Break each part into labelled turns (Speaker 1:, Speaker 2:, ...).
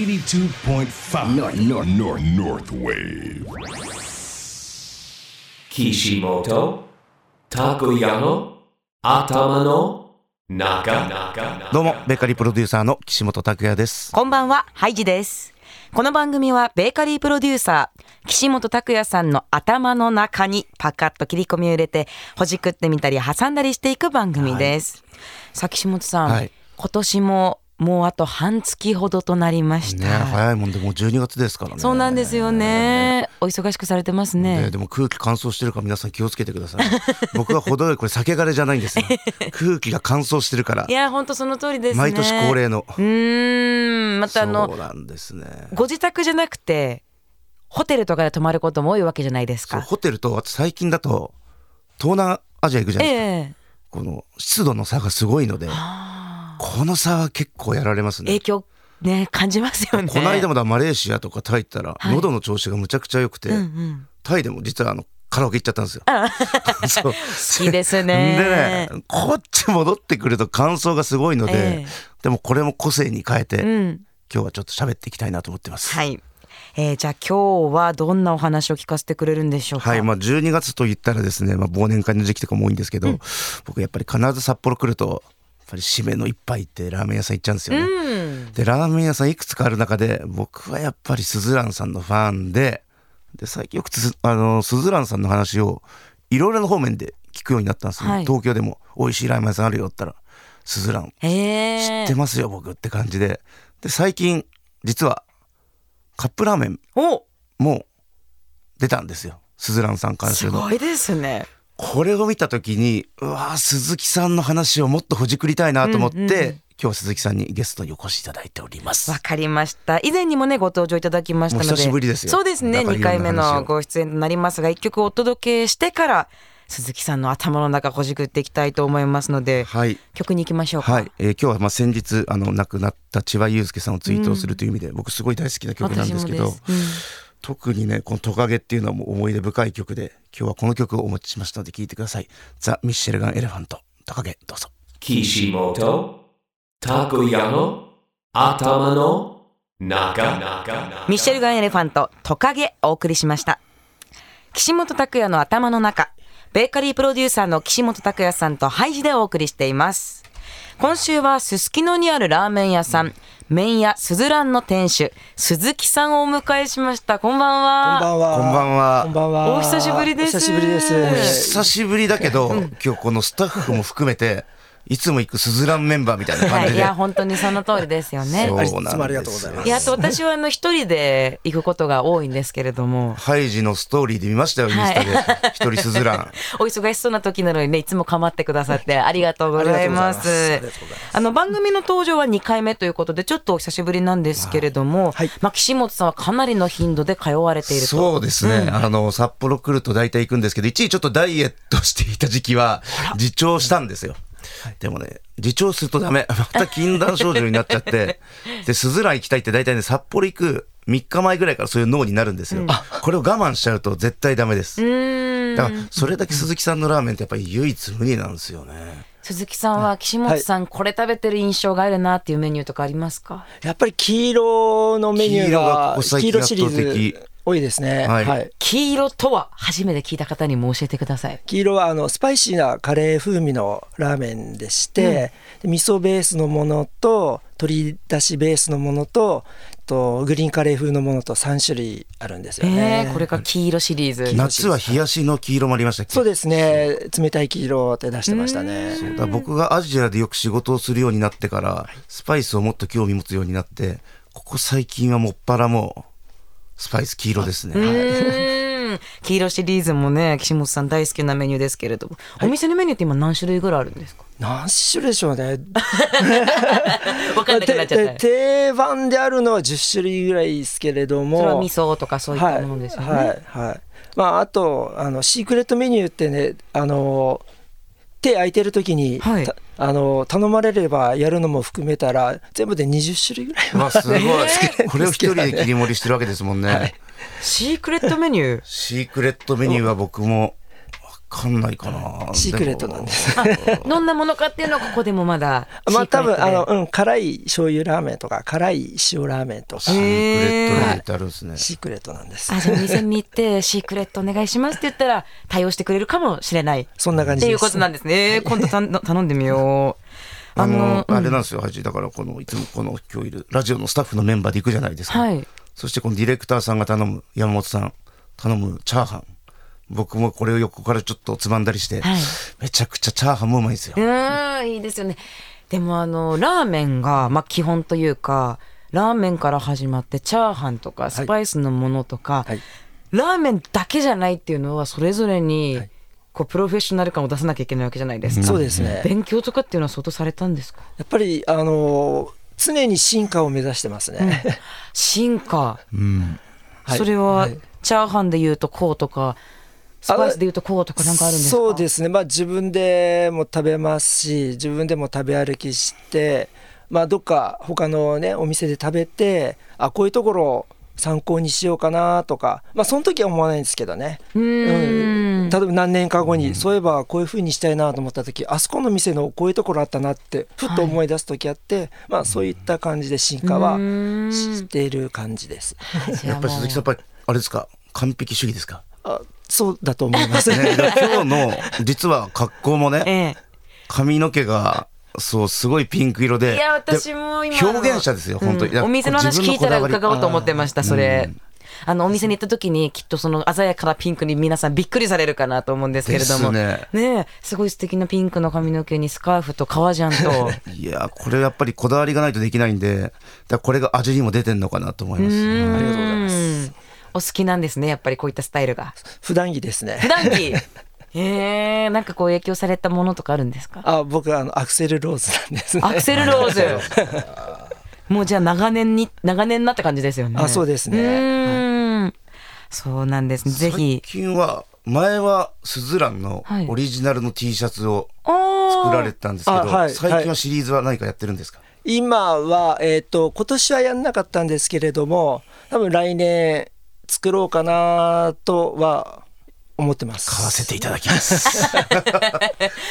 Speaker 1: 82.5 North, North, North, North Wave.
Speaker 2: 岸本たこやの頭の中
Speaker 3: どうも、ベーカリープロデューサーの岸本拓也です。
Speaker 4: こんばんは、ハイジです。この番組はベーカリープロデューサー、岸本拓也さんの頭の中にパカッと切り込みを入れて、ほじくってみたり挟んだりしていく番組です。さあ、岸本さん、
Speaker 3: はい
Speaker 4: 今年ももうあと半月ほどとなりました。
Speaker 3: ね、早いもんでもう12月ですからね。
Speaker 4: そうなんですよね。お忙しくされてます
Speaker 3: ね。
Speaker 4: ね。
Speaker 3: でも空気乾燥してるから皆さん気をつけてくだ さい。僕は程よいこれ酒枯れじゃないんですよ。空気が乾燥してるから
Speaker 4: い。や、本当その通りですね。
Speaker 3: 毎年恒例の。
Speaker 4: うーん、またあ
Speaker 3: そ
Speaker 4: の
Speaker 3: う、なんですね。
Speaker 4: ご自宅じゃなくて、ホテルとかで泊まることも多いわけじゃないです
Speaker 3: そう
Speaker 4: か。
Speaker 3: ホテルとあと最近だと東南アジア行くじゃ
Speaker 4: え
Speaker 3: ないですか。
Speaker 4: え
Speaker 3: この湿度の差がすごいので、この差は結構やられますね
Speaker 4: 影。響ね感じますよ ね。
Speaker 3: この間もだマレーシアとかタイ行ったら、
Speaker 4: い
Speaker 3: 喉の調子がむちゃくちゃ良くて、
Speaker 4: うん
Speaker 3: タイでも実はあのカラオケ行っちゃったんですよ。そう
Speaker 4: 好きですね
Speaker 3: でねこっち戻ってくると感想がすごいので、
Speaker 4: ええ
Speaker 3: でもこれも個性に変えて、
Speaker 4: うん、う
Speaker 3: 今
Speaker 4: ん、
Speaker 3: 日はちょっと喋っていきたいなと思ってます。
Speaker 4: はい。えー、じゃあ今日はどんなお話を聞かせてくれるんでしょうか。
Speaker 3: はいまあ、12月と言ったらですね、まあ、忘年会の時期とかも多いんですけど、僕やっぱり必ず札幌来るとやっぱり締めの一杯ってラーメン屋さん行っちゃうんですよね。
Speaker 4: うん。
Speaker 3: でラーメン屋さんいくつかある中で僕はやっぱりすずらんさんのファンでで最近よくつあのすずらんさんの話をいろいろな方面で聞くようになったんですね、
Speaker 4: はい
Speaker 3: 東京でも美味しいラーメン屋さんあるよって言ったら「すずらん
Speaker 4: え
Speaker 3: 知
Speaker 4: ー、
Speaker 3: ってますよ僕」って感じでで最近実はカップラーメン
Speaker 4: お
Speaker 3: も出たんですよすずらんさん監
Speaker 4: す
Speaker 3: 修の
Speaker 4: ごいですね。
Speaker 3: これを見た時にうわー鈴木さんの話をもっとほじくりたいなと思って、
Speaker 4: うんうんうん
Speaker 3: 今日は鈴木さんにゲストにお越しいただいております
Speaker 4: わ。かりました。以前にもねご登場いただきましたので、
Speaker 3: もう久しぶりですよ
Speaker 4: そうですね。
Speaker 3: だから
Speaker 4: 二回
Speaker 3: い
Speaker 4: 目
Speaker 3: ろんな話
Speaker 4: の
Speaker 3: を
Speaker 4: ご出演となりますが、一曲お届けしてから鈴木さんの頭の中ほじくっていきたいと思いますので、
Speaker 3: はい
Speaker 4: 曲に行きましょうか。
Speaker 3: はい、えー今日はまあ先日あの亡くなった千葉雄介さんを追悼するという意味で、僕すごい大好きな曲なんですけど
Speaker 4: 私もですうん
Speaker 3: 特にねこの「トカゲ」っていうのはもう思い出深い曲で今日はこの曲をお持ちしましたので聴いてください「ザ・ミッシェルガン・エレファント」「トカゲ」どうぞ。
Speaker 2: 岸本たこやの頭の中
Speaker 4: ミッシェルガンエレファントトカゲお送りしました岸本拓也の頭の中ベーカリープロデューサーの岸本拓也さんとハイジでお送りしています今週はすすきのにあるラーメン屋さん麺屋すずらんの店主鈴木さんをお迎えしましたこんばんは
Speaker 5: こんばんは。
Speaker 3: こんばんは
Speaker 5: こんばんは。
Speaker 4: お久しぶりです
Speaker 5: お久しぶりです。
Speaker 3: 久しぶりだけど、今日このスタッフも含めていつも行くスズランメンバーみたいな感
Speaker 4: はい、
Speaker 3: じ
Speaker 4: い
Speaker 3: で、
Speaker 4: や本当にその通りですよね
Speaker 3: そうなんです
Speaker 5: いつもありがとうございます
Speaker 4: いやあと私はあの一人で行くことが多いんですけれども
Speaker 3: ハイジのストーリーで見ましたよインスタで一、人スズラン
Speaker 4: お忙しそうな時なのにね、いつも構ってくださってありがとうございます。
Speaker 5: あ
Speaker 4: あ
Speaker 5: りがとうございます
Speaker 4: の番組の登場は2回目ということで、ちょっとお久しぶりなんですけれども、
Speaker 5: はい
Speaker 4: まあ岸本さんはかなりの頻度で通われていると。
Speaker 3: そうですね、あの札幌来ると大体行くんですけど一時ちょっとダイエットしていた時期は自重したんですよでもね自重するとダメ また禁断症状になっちゃ ってでスズラン行きたいって大体ね札幌行く3日前ぐらいからそういう脳になるんですよ、これを我慢しちゃうと絶対ダメですだからそれだけ鈴木さんのラーメンってやっぱり唯一無二なんですよね
Speaker 4: 鈴木さんは岸本さん、これ食べてる印象があるなっていうメニューとかありますか
Speaker 5: やっぱり黄色のメニュ
Speaker 3: 黄
Speaker 5: ーが
Speaker 3: 色がここ最
Speaker 5: 黄
Speaker 3: 近
Speaker 5: 色シリー
Speaker 3: 圧倒的
Speaker 5: ズ多いですね。
Speaker 3: は
Speaker 5: はいい。
Speaker 4: 黄色とは初めて聞いた方にも教えてください。
Speaker 5: 黄色はあのスパイシーなカレー風味のラーメンでして、で味噌ベースのものと鶏だしベースのものととグリーンカレー風のものと3種類あるんですよね。
Speaker 4: えー、これが黄色シリーズ。
Speaker 3: 夏は冷やしの黄色もありましたっけ
Speaker 5: そうですね冷たい黄色って出してましたね。
Speaker 3: そうだから僕がアジアでよく仕事をするようになってからスパイスをもっと興味持つようになってここ最近はもっぱらもうスパイス黄色ですね、
Speaker 4: う
Speaker 3: はい
Speaker 4: ーん黄色シリーズもね、岸本さん大好きなメニューですけれども、お店のメニューって今何種類ぐらいあるんですか
Speaker 5: 何種類でしょうね
Speaker 4: 分かんなくなっちゃった
Speaker 5: て。定番であるのは10種類ぐらいですけれども
Speaker 4: それは味噌とかそういったものですよね。
Speaker 5: はいはいはいまああとあのシークレットメニューってねあの手空いてる時に、
Speaker 4: はい
Speaker 5: たあの頼まれればやるのも含めたら全部で20種類ぐ らい
Speaker 3: う
Speaker 5: は
Speaker 3: わすごい、これを一人で切り盛りしてるわけですもんね、
Speaker 4: シークレットメニュー。
Speaker 3: シークレットメニューは僕もかんないかな。。
Speaker 5: シークレットなんです
Speaker 4: どんなものかっていうのはここでもまだ
Speaker 5: まあ多分あの、
Speaker 4: シークレットで
Speaker 5: うん、辛い醤油ラーメンとか辛い塩ラーメンとか
Speaker 3: シークレット
Speaker 4: へー
Speaker 3: ライターですね。
Speaker 5: シークレットなんです
Speaker 4: あじゃあお店に行ってシークレットお願いしますって言ったら対応してくれるかもしれないっ
Speaker 5: そんな感じ
Speaker 4: て
Speaker 5: です
Speaker 4: いうことなんですね、今度たん頼んでみよう
Speaker 3: あの、
Speaker 4: うん
Speaker 3: あれなんですよ、はじだから、この、いつもこの、今日いる、ラジオのスタッフのメンバーで行くじゃないですか。
Speaker 4: はい
Speaker 3: そして、このディレクターさんが頼む、山本さん、頼むチャーハン。僕もこれを横からちょっとつまんだりして、
Speaker 4: はい
Speaker 3: めちゃくちゃチャーハンもうまいんですよ
Speaker 4: う。ーんいいですよねでもあのラーメンが、まあ、基本というかラーメンから始まってチャーハンとかスパイスのものとか、
Speaker 5: はい
Speaker 4: ラーメンだけじゃないっていうのはそれぞれに、こうプロフェッショナル感を出さなきゃいけないわけじゃないですか。
Speaker 5: そうですね
Speaker 4: 勉強とかっていうのは相当されたんですか
Speaker 5: やっぱりあの常に進化を目指してますね、
Speaker 4: 進化、
Speaker 5: はい
Speaker 4: それは、
Speaker 5: はい
Speaker 4: チャーハンで言うとこうとかスパイスで言うとこうとかなんかあるんですか
Speaker 5: そうですねまあ自分でも食べますし自分でも食べ歩きしてまあどっか他のねお店で食べてあこういうところを参考にしようかなとかまあその時は思わないんですけどね
Speaker 4: うー
Speaker 5: うんん例えば何年か後にそういえばこういうふうにしたいなと思った時あそこの店のこういうところあったなってふっと思い出す時あって、まあそういった感じで進化は
Speaker 4: うん
Speaker 5: している感じです。
Speaker 3: やっぱり鈴木さん、やっぱり、あれですか、完璧主義ですか。
Speaker 5: あそうだと思 います。
Speaker 3: ね、だから今日の、実は格好もね、
Speaker 4: え
Speaker 3: 髪の毛が、そう、すごいピンク色で。
Speaker 4: え、いや
Speaker 3: で
Speaker 4: 私も今の
Speaker 3: 表現者ですよ、本当に。
Speaker 4: うんお店の話聞いたら伺おうと思ってましたそれ、あのお店に行った時にきっとその鮮やかなピンクに皆さんびっくりされるかなと思うんですけれども
Speaker 3: です
Speaker 4: ねえすごい素敵なピンクの髪の毛にスカーフと革ジャ ンと
Speaker 3: いやーこれやっぱりこだわりがないとできないんで、だからこれが味にも出てんのかなと思います。
Speaker 4: あ
Speaker 3: はい
Speaker 5: りがとうございます
Speaker 4: お好きなんですねやっぱりこういったスタイルが
Speaker 5: 普段着で
Speaker 4: 普
Speaker 5: すね。
Speaker 4: 段着 えー、なんかこう影響されたものとかあるんですか
Speaker 5: あ僕あのアクセルローズなんですね。
Speaker 4: アクセルロー ズもうじゃあ長年に長年なって感じですよね
Speaker 5: あそうですね
Speaker 4: うーんそうなんですねぜひ
Speaker 3: 最近は、前はスズランの
Speaker 4: はい
Speaker 3: オリジナルの T シャツを
Speaker 4: 作
Speaker 3: 作られてたんですけど、
Speaker 5: あーあはい
Speaker 3: 最近はシリーズは何かやってるんですか、
Speaker 5: 今はえっ、と今年はやんなかったんですけれども多分来年作ろうかなとは思ってます。
Speaker 3: 買わせていただきます。
Speaker 4: フ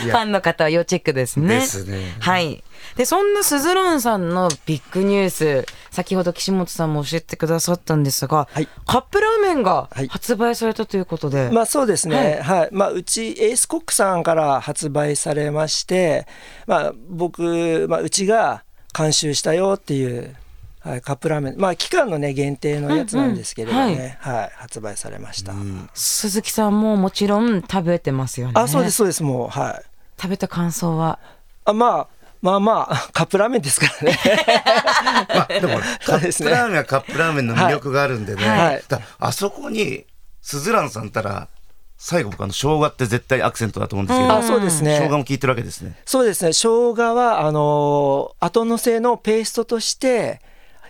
Speaker 4: ァンの方は要チェックですね。
Speaker 3: ですね
Speaker 4: はい。で、そんなスズランさんのビッグニュース、先ほど岸本さんも教えてくださったんですが、
Speaker 5: はい
Speaker 4: カップラーメンが
Speaker 5: はい
Speaker 4: 発売されたということで、
Speaker 5: まあそうですね、はいまあ、うちエースコックさんから発売されまして、まあ、僕、まあ、うちが監修したよっていう、はい、カップラーメン、まあ、期間の、ね、限定のやつなんですけれど
Speaker 4: うん
Speaker 5: ね、
Speaker 4: うんはい
Speaker 5: はい、発売されました、
Speaker 4: 鈴木さんももちろん食べてますよね。
Speaker 5: あそうです。そうですもうはい
Speaker 4: 食べた感想は。
Speaker 5: あ、まあ、まあまあ カップラーメンで すからね
Speaker 3: まあ、でも、カ
Speaker 5: そうで
Speaker 3: ッ
Speaker 5: す
Speaker 3: プ
Speaker 5: ね
Speaker 3: ラーメンはカップラーメンの魅力があるんでね。
Speaker 5: はいはい
Speaker 3: だからあそこに、スズランさんたら、最後僕あの、生姜って絶対アクセントだと思うんですけど、
Speaker 5: あそうですね
Speaker 3: 生姜も効いてるわけですね。
Speaker 5: そうですね生姜はあのー後乗せのペーストとして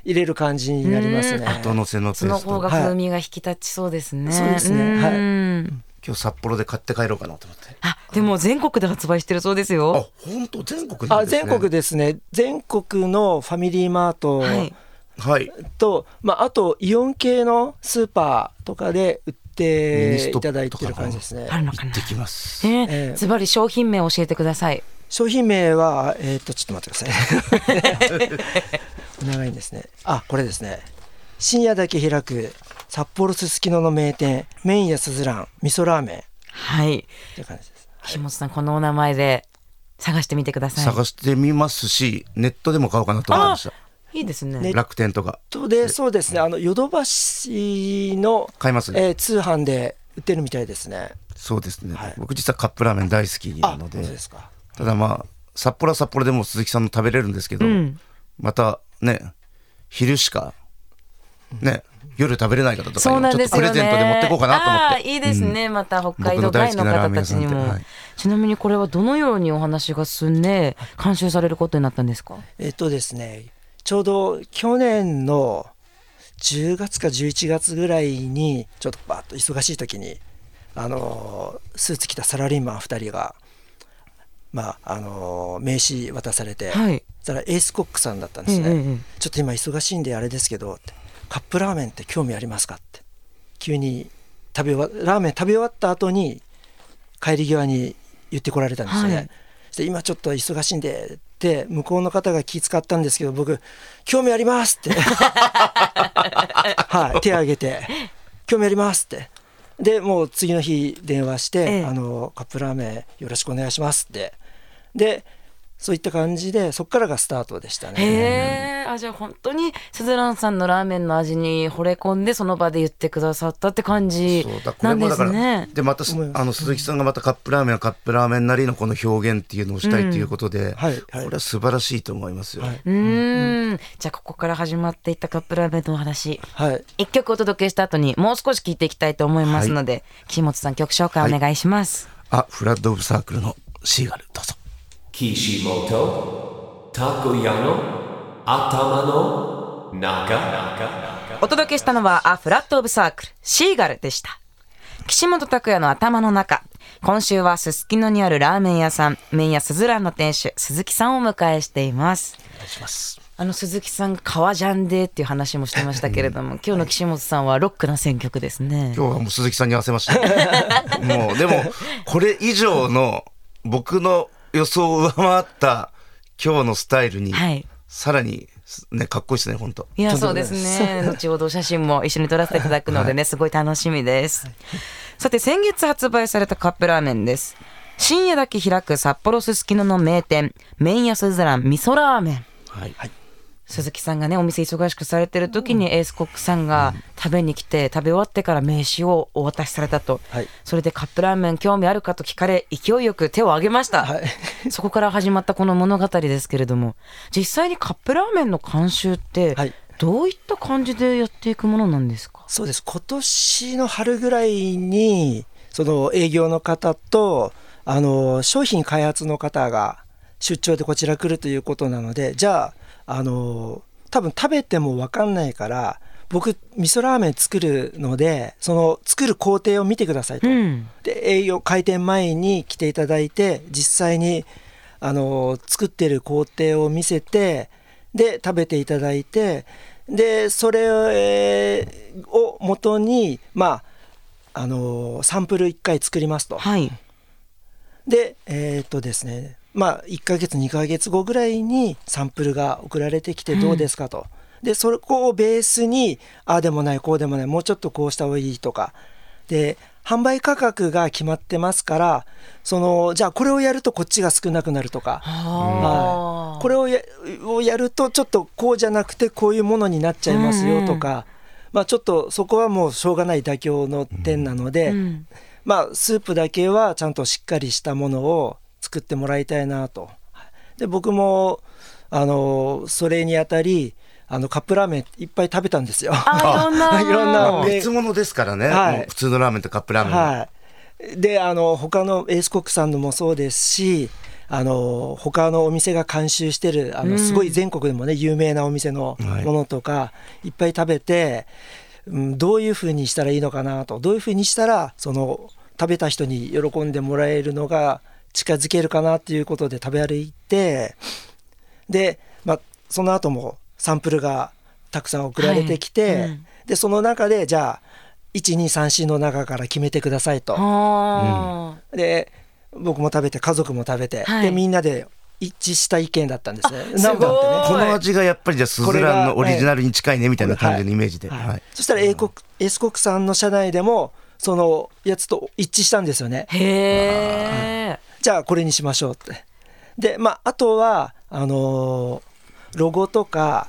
Speaker 5: 入れる感じになりますね
Speaker 3: 後乗せのペ
Speaker 4: そ
Speaker 3: ー
Speaker 4: の
Speaker 3: スト
Speaker 4: 方が風味が引き立ちそうですね。
Speaker 5: そうですねはい
Speaker 4: うん
Speaker 3: 今日札幌で買って帰ろうかなと思って。
Speaker 4: あ、でも全国で発売してるそうですよ。
Speaker 3: あ、本当全国な
Speaker 5: あ
Speaker 3: んですね。
Speaker 5: 全国。ですね全国のファミリーマート、
Speaker 4: はい。
Speaker 3: はい。
Speaker 5: と、まあ、あとイオン系のスーパーとかで売っ
Speaker 3: ミニス
Speaker 5: て
Speaker 3: トップ
Speaker 5: い
Speaker 3: とか
Speaker 5: た
Speaker 3: も
Speaker 5: だいてる感じですね
Speaker 4: あるのか
Speaker 3: 行
Speaker 4: な
Speaker 3: って。きます。
Speaker 4: え
Speaker 5: え
Speaker 4: ー、
Speaker 5: え
Speaker 4: ズバリ商品名を教えてください。
Speaker 5: 商品名はえっ、とちょっと待ってください ね長いんですねあこれですね深夜だけ開く札幌すすきのの名店麺屋すずらん味噌ラーメンっ
Speaker 4: はい。
Speaker 5: ていう感じです
Speaker 4: 岸本さんこのお名前で探してみてください。
Speaker 3: 探してみますし、ネットでも買おうかなと思いました。
Speaker 4: いいですね。
Speaker 5: ね
Speaker 3: 楽天とか。
Speaker 5: とでそうですねあのヨドバシの、
Speaker 3: 買いますね
Speaker 5: えー通販で売ってるみたいですね
Speaker 3: そうですね、
Speaker 5: はい
Speaker 3: 僕実はカップラーメン大好き
Speaker 5: あ
Speaker 3: なの
Speaker 5: 本当
Speaker 3: で。
Speaker 5: ですか
Speaker 3: ただまあ、札幌は札幌でもう鈴木さんの食べれるんですけど、
Speaker 4: ん
Speaker 3: またね、昼しか、ね、夜食べれない方とかに
Speaker 4: そうなんです
Speaker 3: ちょっ
Speaker 4: よ
Speaker 3: と
Speaker 4: ね。
Speaker 3: プレゼントで持っていこうかなと思
Speaker 4: あ
Speaker 3: っ
Speaker 4: ー
Speaker 3: て。
Speaker 4: いいですね。また北海道
Speaker 3: 僕の大好
Speaker 4: 外
Speaker 3: き
Speaker 4: の
Speaker 3: なラー
Speaker 4: 方
Speaker 3: メン
Speaker 4: た
Speaker 3: 屋
Speaker 4: ち
Speaker 3: さん
Speaker 4: に
Speaker 3: で
Speaker 4: も。
Speaker 3: はい
Speaker 4: ちなみにこれはどのようにお話が進んで監修されることになったんですか。
Speaker 5: えっとですねちょうど去年の10月か11月ぐらいにちょっとバーッと忙しい時にあのースーツ着たサラリーマン2人が、まああのー名刺渡されて、
Speaker 4: はい
Speaker 5: そしたらエースコックさんだったんです
Speaker 4: う
Speaker 5: ね、
Speaker 4: んうんうん
Speaker 5: ちょっと今忙しいんであれですけどってカップラーメンって興味ありますかって急に食べ終わラーメン食べ終わった後に帰り際に言ってこられたんですよね、
Speaker 4: はい
Speaker 5: そして今ちょっと忙しいんでって向こうの方が気遣ったんですけど僕「興味あります」 ってはい手挙げて「興味あります」ってでもう次の日電話して
Speaker 4: ええ
Speaker 5: 「あのカップラーメンよろしくお願いします」ってでそういった感じでそこからがスタートでした
Speaker 4: へ
Speaker 5: ね。
Speaker 4: え、あ、じゃあ本当に、スズランさんのラーメンの味に惚れ込んで、その場で言ってくださったって感じ
Speaker 3: そうだこ
Speaker 4: な
Speaker 3: れ
Speaker 4: ん
Speaker 3: も
Speaker 4: で
Speaker 3: だか
Speaker 4: す
Speaker 3: ら
Speaker 4: ね。
Speaker 3: でまたす
Speaker 5: 思います
Speaker 3: あの鈴木さんがまたカップラーメンはカップラーメンなりのこの表現っていうのをしたいということで、
Speaker 5: はいはい
Speaker 3: これは素晴らしいと思いますよ、
Speaker 5: はい、
Speaker 4: うーん。じゃあここから始まっていったカップラーメンのお話。
Speaker 5: はい
Speaker 4: 一曲お届けした後にもう少し聞いていきたいと思いますので、岸本さん曲紹介お願いします。
Speaker 3: あフラッド・オブ・サークルのシーガルどうぞ
Speaker 2: 岸本拓也の頭の中
Speaker 4: お届けしたのは、ア・フラット・オブ・サークル、シーガルでした。岸本拓也の頭の中。今週はすすきのにあるラーメン屋さん、麺屋すずらんの店主、鈴木さんをお迎えしています。
Speaker 3: お願いします
Speaker 4: あの鈴木さんが革ジャンでっていう話もしてましたけれども、 今日の岸本さんはロックな選曲ですね。
Speaker 3: 今日はもう鈴木さんに合わせま した、ね、もうでもこれ以上の僕の予想を上回った今日のスタイルに、
Speaker 4: はい
Speaker 3: さらにねかっこいいですね本当
Speaker 4: いや、そ
Speaker 5: と
Speaker 4: うんで
Speaker 5: ですもないです
Speaker 4: ね。後ほどお写真も一緒に撮らせていただくのでね、すごい楽しみです。さて、先月発売されたカップラーメンです。深夜だけ開く札幌すすきのの名店、麺屋すずらん味噌ラーメン。
Speaker 3: はい、
Speaker 4: 鈴木さんがね、お店忙しくされてる時にエースコックさんが食べに来て、食べ終わってから名刺をお渡しされたと。
Speaker 5: はい
Speaker 4: それでカップラーメン興味あるかと聞かれ、勢いよく手を挙げました。
Speaker 5: はい
Speaker 4: そこから始まったこの物語ですけれども、実際にカップラーメンの監修って
Speaker 5: はい、
Speaker 4: どういった感じでやっていくものなんですか、
Speaker 5: そうです今年の春ぐらいにその営業の方とあの商品開発の方が出張でこちら来るということなのでじゃああの多分食べても分かんないから僕味噌ラーメン作るのでその作る工程を見てくださいと。
Speaker 4: うん。
Speaker 5: で営業開店前に来ていただいて実際にあの作ってる工程を見せてで食べていただいてでそれをえーを元にまああのサンプル1回作りますと。
Speaker 4: はい。
Speaker 5: でえーっとですねまあ1ヶ月2ヶ月後ぐらいにサンプルが送られてきてどうですかと、でそこをベースにああでもないこうでもないもうちょっとこうした方がいいとかで販売価格が決まってますからそのじゃあこれをやるとこっちが少なくなるとか、
Speaker 4: あ
Speaker 5: これをやをやるとちょっとこうじゃなくてこういうものになっちゃいますよとか、まあ、ちょっとそこはもうしょうがない妥協の点なので、
Speaker 4: うん
Speaker 5: まあ、スープだけはちゃんとしっかりしたものを作ってもらいたいなと。で僕もあのそれにあたりあのカップラーメンいっぱい食べたんですよ。
Speaker 4: あ、いろんな。
Speaker 5: いろん
Speaker 3: ま
Speaker 5: な
Speaker 3: あ、
Speaker 5: で
Speaker 3: 別物ですからね、
Speaker 5: はい
Speaker 3: もう普通のラーメンとカップラーメン、
Speaker 5: はい、であの他のエースコックさんのもそうですしあの他のお店が監修してるあのすごい全国でもね有名なお店の
Speaker 3: はい
Speaker 5: ものとかいっぱい食べて、うん、どういうふうにしたらいいのかなとどういうふうにしたらその食べた人に喜んでもらえるのが近づけるかなっていうことで食べ歩いてで、まあ、その後もサンプルがたくさん送られてきて、
Speaker 4: はいうん
Speaker 5: でその中でじゃあ1234の中から決めてくださいと。
Speaker 4: あー
Speaker 5: で僕も食べて家族も食べて、
Speaker 4: はい
Speaker 5: でみんなで一致した意見だったんですね。
Speaker 4: すごい
Speaker 5: なんだってね
Speaker 3: この味がやっぱりじゃあスズランのオリジナルに近いねみたいな感じのイメージで、
Speaker 5: はい
Speaker 3: はい
Speaker 5: そしたら英国、エスコックさんの社内でもそのやつと一致したんですよね。
Speaker 4: へえ。
Speaker 5: じゃあこれにしましょうって。でまああとはあのーロゴとか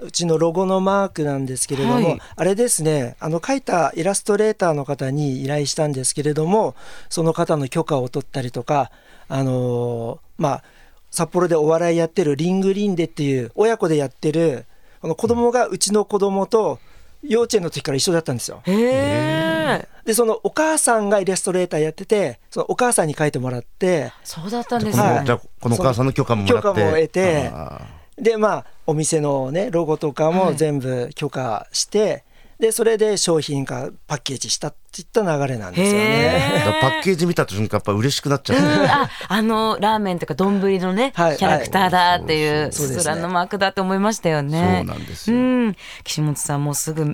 Speaker 5: うちのロゴのマークなんですけれども、
Speaker 4: はい
Speaker 5: あれですねあの描いたイラストレーターの方に依頼したんですけれどもその方の許可を取ったりとかあのーまあ札幌でお笑いやってるリングリンデっていう親子でやってるこの子供がうちの子供と幼稚園の時から一緒だったんですよ。
Speaker 4: へえ。
Speaker 5: でそのお母さんがイラストレーターやっててそのお母さんに描いてもらって
Speaker 4: そうだったんで
Speaker 3: こ
Speaker 4: す
Speaker 3: の、
Speaker 5: はい
Speaker 4: ね
Speaker 3: じゃ。あこのお母さんの許可ももらって
Speaker 5: 許可も得て
Speaker 3: あ
Speaker 5: でまあお店のねロゴとかも全部許可して、でそれで商品化パッケージしたっていった流れなんですよね。
Speaker 3: ーだから
Speaker 4: へ
Speaker 3: パ
Speaker 4: え。
Speaker 3: ッケージ見た瞬間やっぱ嬉しくなっちゃう、
Speaker 4: あ、あのラーメンとか丼のね、キ
Speaker 5: はい
Speaker 4: ャラクターだっていう、
Speaker 5: そうそうそうそう
Speaker 4: そちらのマークだって思いましたよね。
Speaker 3: そうなんですよ
Speaker 4: うん岸本さんもうすぐ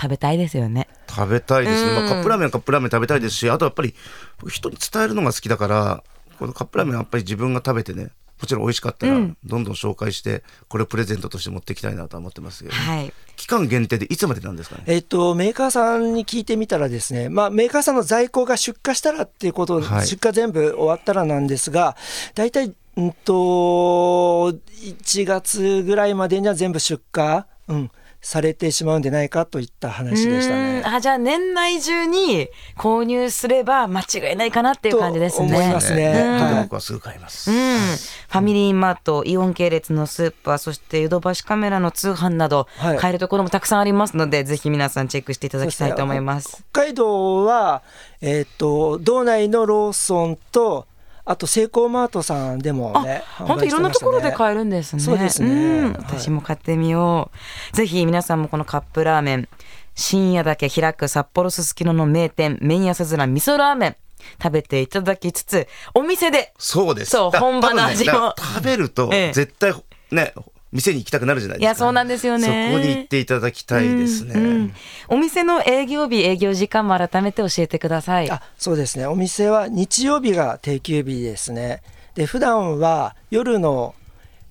Speaker 4: 食べたいですよね。
Speaker 3: 食べたいですね、まあ、カップラーメンはカップラーメン食べたいですしあとやっぱり僕人に伝えるのが好きだからこのカップラーメンはやっぱり自分が食べてねもちろん美味しかったらどんどん紹介して、これをプレゼントとして持っていきたいなとは思ってますけど、
Speaker 4: はい。
Speaker 3: 期間限定でいつまでなんですかね
Speaker 5: えっと、メーカーさんに聞いてみたらですね、まあ、メーカーさんの在庫が出荷したらっていうこと、
Speaker 3: はい
Speaker 5: 出荷全部終わったらなんですが、大体、うんと、1月ぐらいまでには全部出荷、うん、されてしまうんじゃないかといった話でした
Speaker 4: う
Speaker 5: ね
Speaker 4: ー。んあ、じゃあ年内中に購入すれば間違いないかなっていう感じですね。
Speaker 5: と思いますね。
Speaker 4: うん
Speaker 3: とても
Speaker 5: はい
Speaker 3: 僕はすぐ買います、
Speaker 4: うん、ファミリーマート、イオン系列のスーパー、そしてヨドバシカメラの通販など、
Speaker 5: はい
Speaker 4: 買えるところもたくさんありますので、ぜひ皆さんチェックしていただきたいと思います。
Speaker 5: 北海道は、えっと、道内のローソンと、あと、セイコーマートさんでもね、
Speaker 4: あ、本当いろんなところで
Speaker 5: え
Speaker 4: 買えるんですね。
Speaker 5: そうですね
Speaker 4: ん
Speaker 5: はい
Speaker 4: 私も買ってみよう。ぜひ皆さんもこのカップラーメン、深夜だけ開く札幌すすきのの名店、麺屋さずら味噌ラーメン、食べていただきつつ、お店で
Speaker 3: そうです
Speaker 4: そう
Speaker 3: だから
Speaker 4: 本場の味を
Speaker 3: 多分ねだから食べると
Speaker 4: ええ
Speaker 3: 絶対ね店に行きたくなるじゃないですか
Speaker 4: いやそうなんですよね
Speaker 3: そこに行っていただきたいですね、
Speaker 4: お店の営業日、営業時間も改めて教えてください。
Speaker 5: あそうですねお店は日曜日が定休日ですねで普段は夜の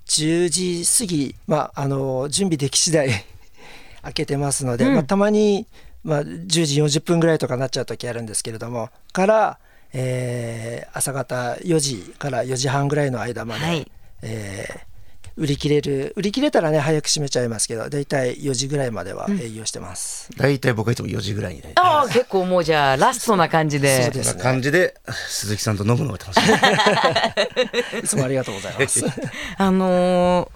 Speaker 5: 10時過ぎ、まあ、あの準備でき次第 開けてますので、まあ、たまに、まあ、10時40分ぐらいとかなっちゃう時あるんですけれどもから、えー朝方4時から4時半ぐらいの間まで、
Speaker 4: はい
Speaker 5: えー売り切れる売り切れたらね早く閉めちゃいますけどだいたい4時ぐらいまでは営業してます、
Speaker 3: 大体僕はいつも4時ぐらいにね
Speaker 4: ああ、結構もうじゃあ、ラストな感じで。
Speaker 5: そうで
Speaker 3: こ
Speaker 5: す
Speaker 3: んな感じで鈴木さんと飲むのが楽しみ
Speaker 5: いつもありがとうございます
Speaker 4: あのー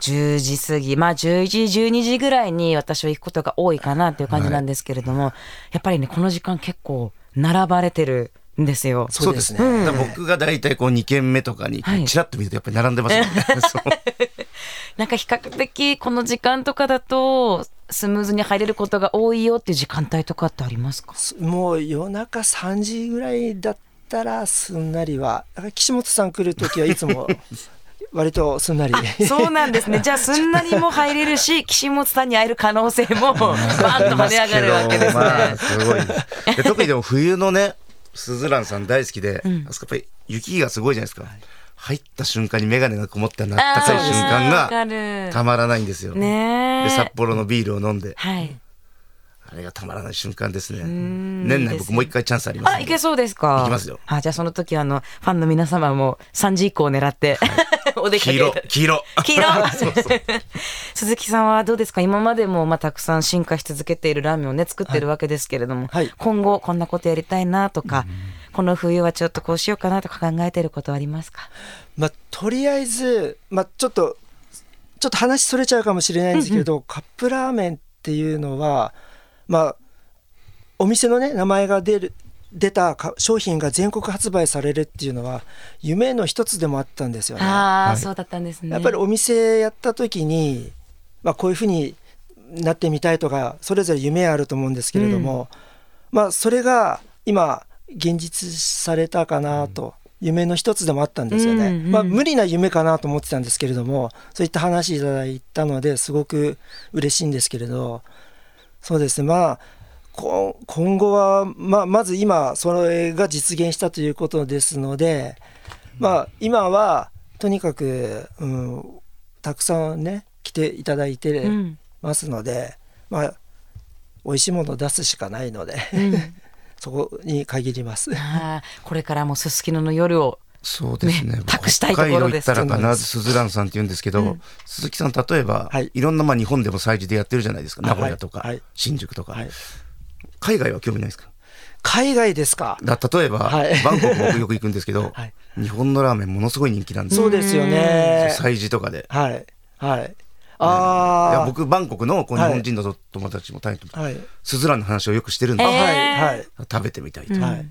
Speaker 4: 10時過ぎ、まあ11時、12時ぐらいに私は行くことが多いかなっていう感じなんですけれども、やっぱりね、この時間結構並ばれてるんですよ。
Speaker 5: そうですね
Speaker 3: だから僕が大体こう2軒目とかに
Speaker 4: はい
Speaker 3: ちらっと見るとやっぱり並んで ますよね、そう
Speaker 4: なんか比較的この時間とかだと、スムーズに入れることが多いよっていう時間帯とかってありますか
Speaker 5: すもう夜中3時ぐらいだったらすんなりはだから岸本さん来る時はいつ も割とすんなり
Speaker 4: そうなんです ね。じゃあ、すんなりも入れるし、岸本さんに会える可能性も、バーンと跳ね上がるわけですね。
Speaker 3: まあすごいですで特にでも冬のねスズランさん大好きで、あそこやっぱり雪がすごいじゃないですか入った瞬間に眼鏡がこもったなったかい瞬間
Speaker 4: あーわかる
Speaker 3: がたまらないんですよ
Speaker 4: ねえ
Speaker 3: で札幌のビールを飲んで
Speaker 4: はい。
Speaker 3: あれがたまらない瞬間ですね年内僕もう一回チャンスあります
Speaker 4: あ、
Speaker 3: ん
Speaker 4: い
Speaker 3: で
Speaker 4: けそうですか。
Speaker 3: いきますよ
Speaker 4: あ、じゃあその時はあのファンの皆様も3時以降を狙って、 お出かけ。
Speaker 3: 黄色黄色
Speaker 4: 黄色 鈴木さんはどうですか今までもまあたくさん進化し続けているラーメンをね作ってるわけですけれども、
Speaker 5: はい
Speaker 4: 今後こんなことやりたいなとか、この冬はちょっとこうしようかなとか考えてることはありますか
Speaker 5: まあとりあえず、まあ、ちょっとちょっと話それちゃうかもしれないんですけど、カップラーメンっていうのはまあお店のね名前が出る出たか商品が全国発売されるっていうのは夢の一つでもあったんですよね。
Speaker 4: ああ、そうだったんですね
Speaker 5: やっぱりお店やった時に、まあ、こういうふうになってみたいとかそれぞれ夢あると思うんですけれども、まあそれが今現実されたかなと、夢の一つでもあったんですよね、
Speaker 4: うんうん
Speaker 5: まあ、無理な夢かなと思ってたんですけれどもそういった話いただいたのですごく嬉しいんですけれどそうですねまあこ今後は、まあ、まず今それが実現したということですので、まあ、今はとにかく、うん、たくさんね来ていただいて
Speaker 4: ん
Speaker 5: ますので、まあ美味しいものを出すしかないので、 そこに限ります。
Speaker 4: あーこれからもすすきのの夜を
Speaker 3: そうですね
Speaker 4: ね。託したいところです
Speaker 3: 北海道行ったら必ずスズランさんって言うんですけど、鈴木さん例えば、
Speaker 5: はい
Speaker 3: い、ろんなまあ日本でも催事でやってるじゃないですか。
Speaker 5: あ
Speaker 3: 名古屋とか、
Speaker 5: はいはい
Speaker 3: 新宿とか、
Speaker 5: はい
Speaker 3: 海外は興味ないですか。
Speaker 5: 海外ですか
Speaker 3: だ例えば、
Speaker 5: はい
Speaker 3: バンコクも僕よく行くんですけど、
Speaker 5: はい
Speaker 3: 日本のラーメンものすごい人気なんですよ。
Speaker 5: そうですよね。
Speaker 3: 催事とかで。
Speaker 5: はいはい。
Speaker 3: い
Speaker 5: あ
Speaker 3: や
Speaker 5: あ、
Speaker 3: 僕バンコクのこう日
Speaker 5: はい
Speaker 3: 本人の友達も大変と、
Speaker 5: はい
Speaker 3: スズランの話をよくしてるんで、
Speaker 4: えー
Speaker 5: はいはい。
Speaker 3: 食べてみたいと。
Speaker 5: はい。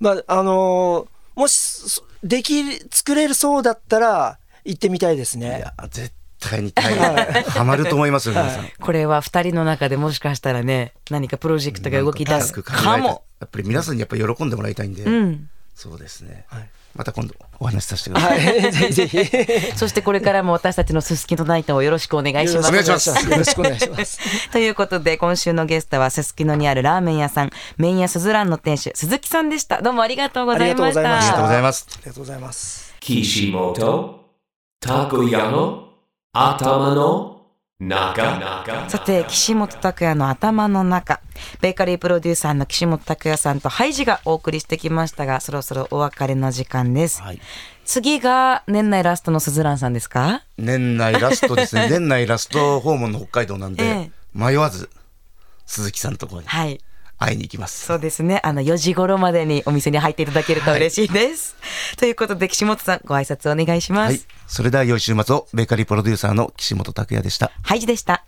Speaker 5: まああのーもしそできる作れるそうだったら行ってみたいです
Speaker 3: い
Speaker 5: ね。
Speaker 3: や絶対に大変ハマると思いますよ皆さん。
Speaker 4: これは2人の中でもしかしたらね何かプロジェクトが動き出
Speaker 3: なん
Speaker 4: す
Speaker 3: か
Speaker 4: かも。
Speaker 3: やっぱり皆さんにやっぱり喜んでもらいたいんで、
Speaker 4: うん
Speaker 3: そうですね、
Speaker 5: はい
Speaker 3: また今度お話しさせてください。
Speaker 5: はい、ぜひぜひ。
Speaker 4: そしてこれからも私たちのすすきのナイトをよろしくお願いします。
Speaker 3: お願いします
Speaker 5: よろしくお願いします。
Speaker 4: ということで、今週のゲストはすすきのにあるラーメン屋さん、麺屋すずらんの店主、鈴木さんでした。どうもありがとうございまし
Speaker 5: ありがとうございま
Speaker 3: あり
Speaker 5: し
Speaker 3: がとう
Speaker 5: た
Speaker 3: ご
Speaker 4: た。
Speaker 3: ざいます。
Speaker 5: ありがとうございます。
Speaker 2: Kishimoto Takoyano Atama no Naka.
Speaker 4: さて、岸本拓也の頭の中、ベーカリープロデューサーの岸本拓也さんとハイジがお送りしてきましたが、そろそろお別れの時間です。
Speaker 3: はい
Speaker 4: 次が年内ラストのすずらんさんですか
Speaker 3: 年内ラストですね。年内ラスト訪問の北海道なんで、
Speaker 4: ええ
Speaker 3: 迷わず鈴木さんのところに
Speaker 4: はい。
Speaker 3: 会いに行きます。
Speaker 4: そうですね。あの、4時頃までにお店に入っていただけると嬉しいです。ということで、岸本さん、ご挨拶お願いしま
Speaker 3: はい
Speaker 4: す。。
Speaker 3: それでは良い週末をベーカリープロデューサーの岸本拓也でした。
Speaker 4: ハイジでした。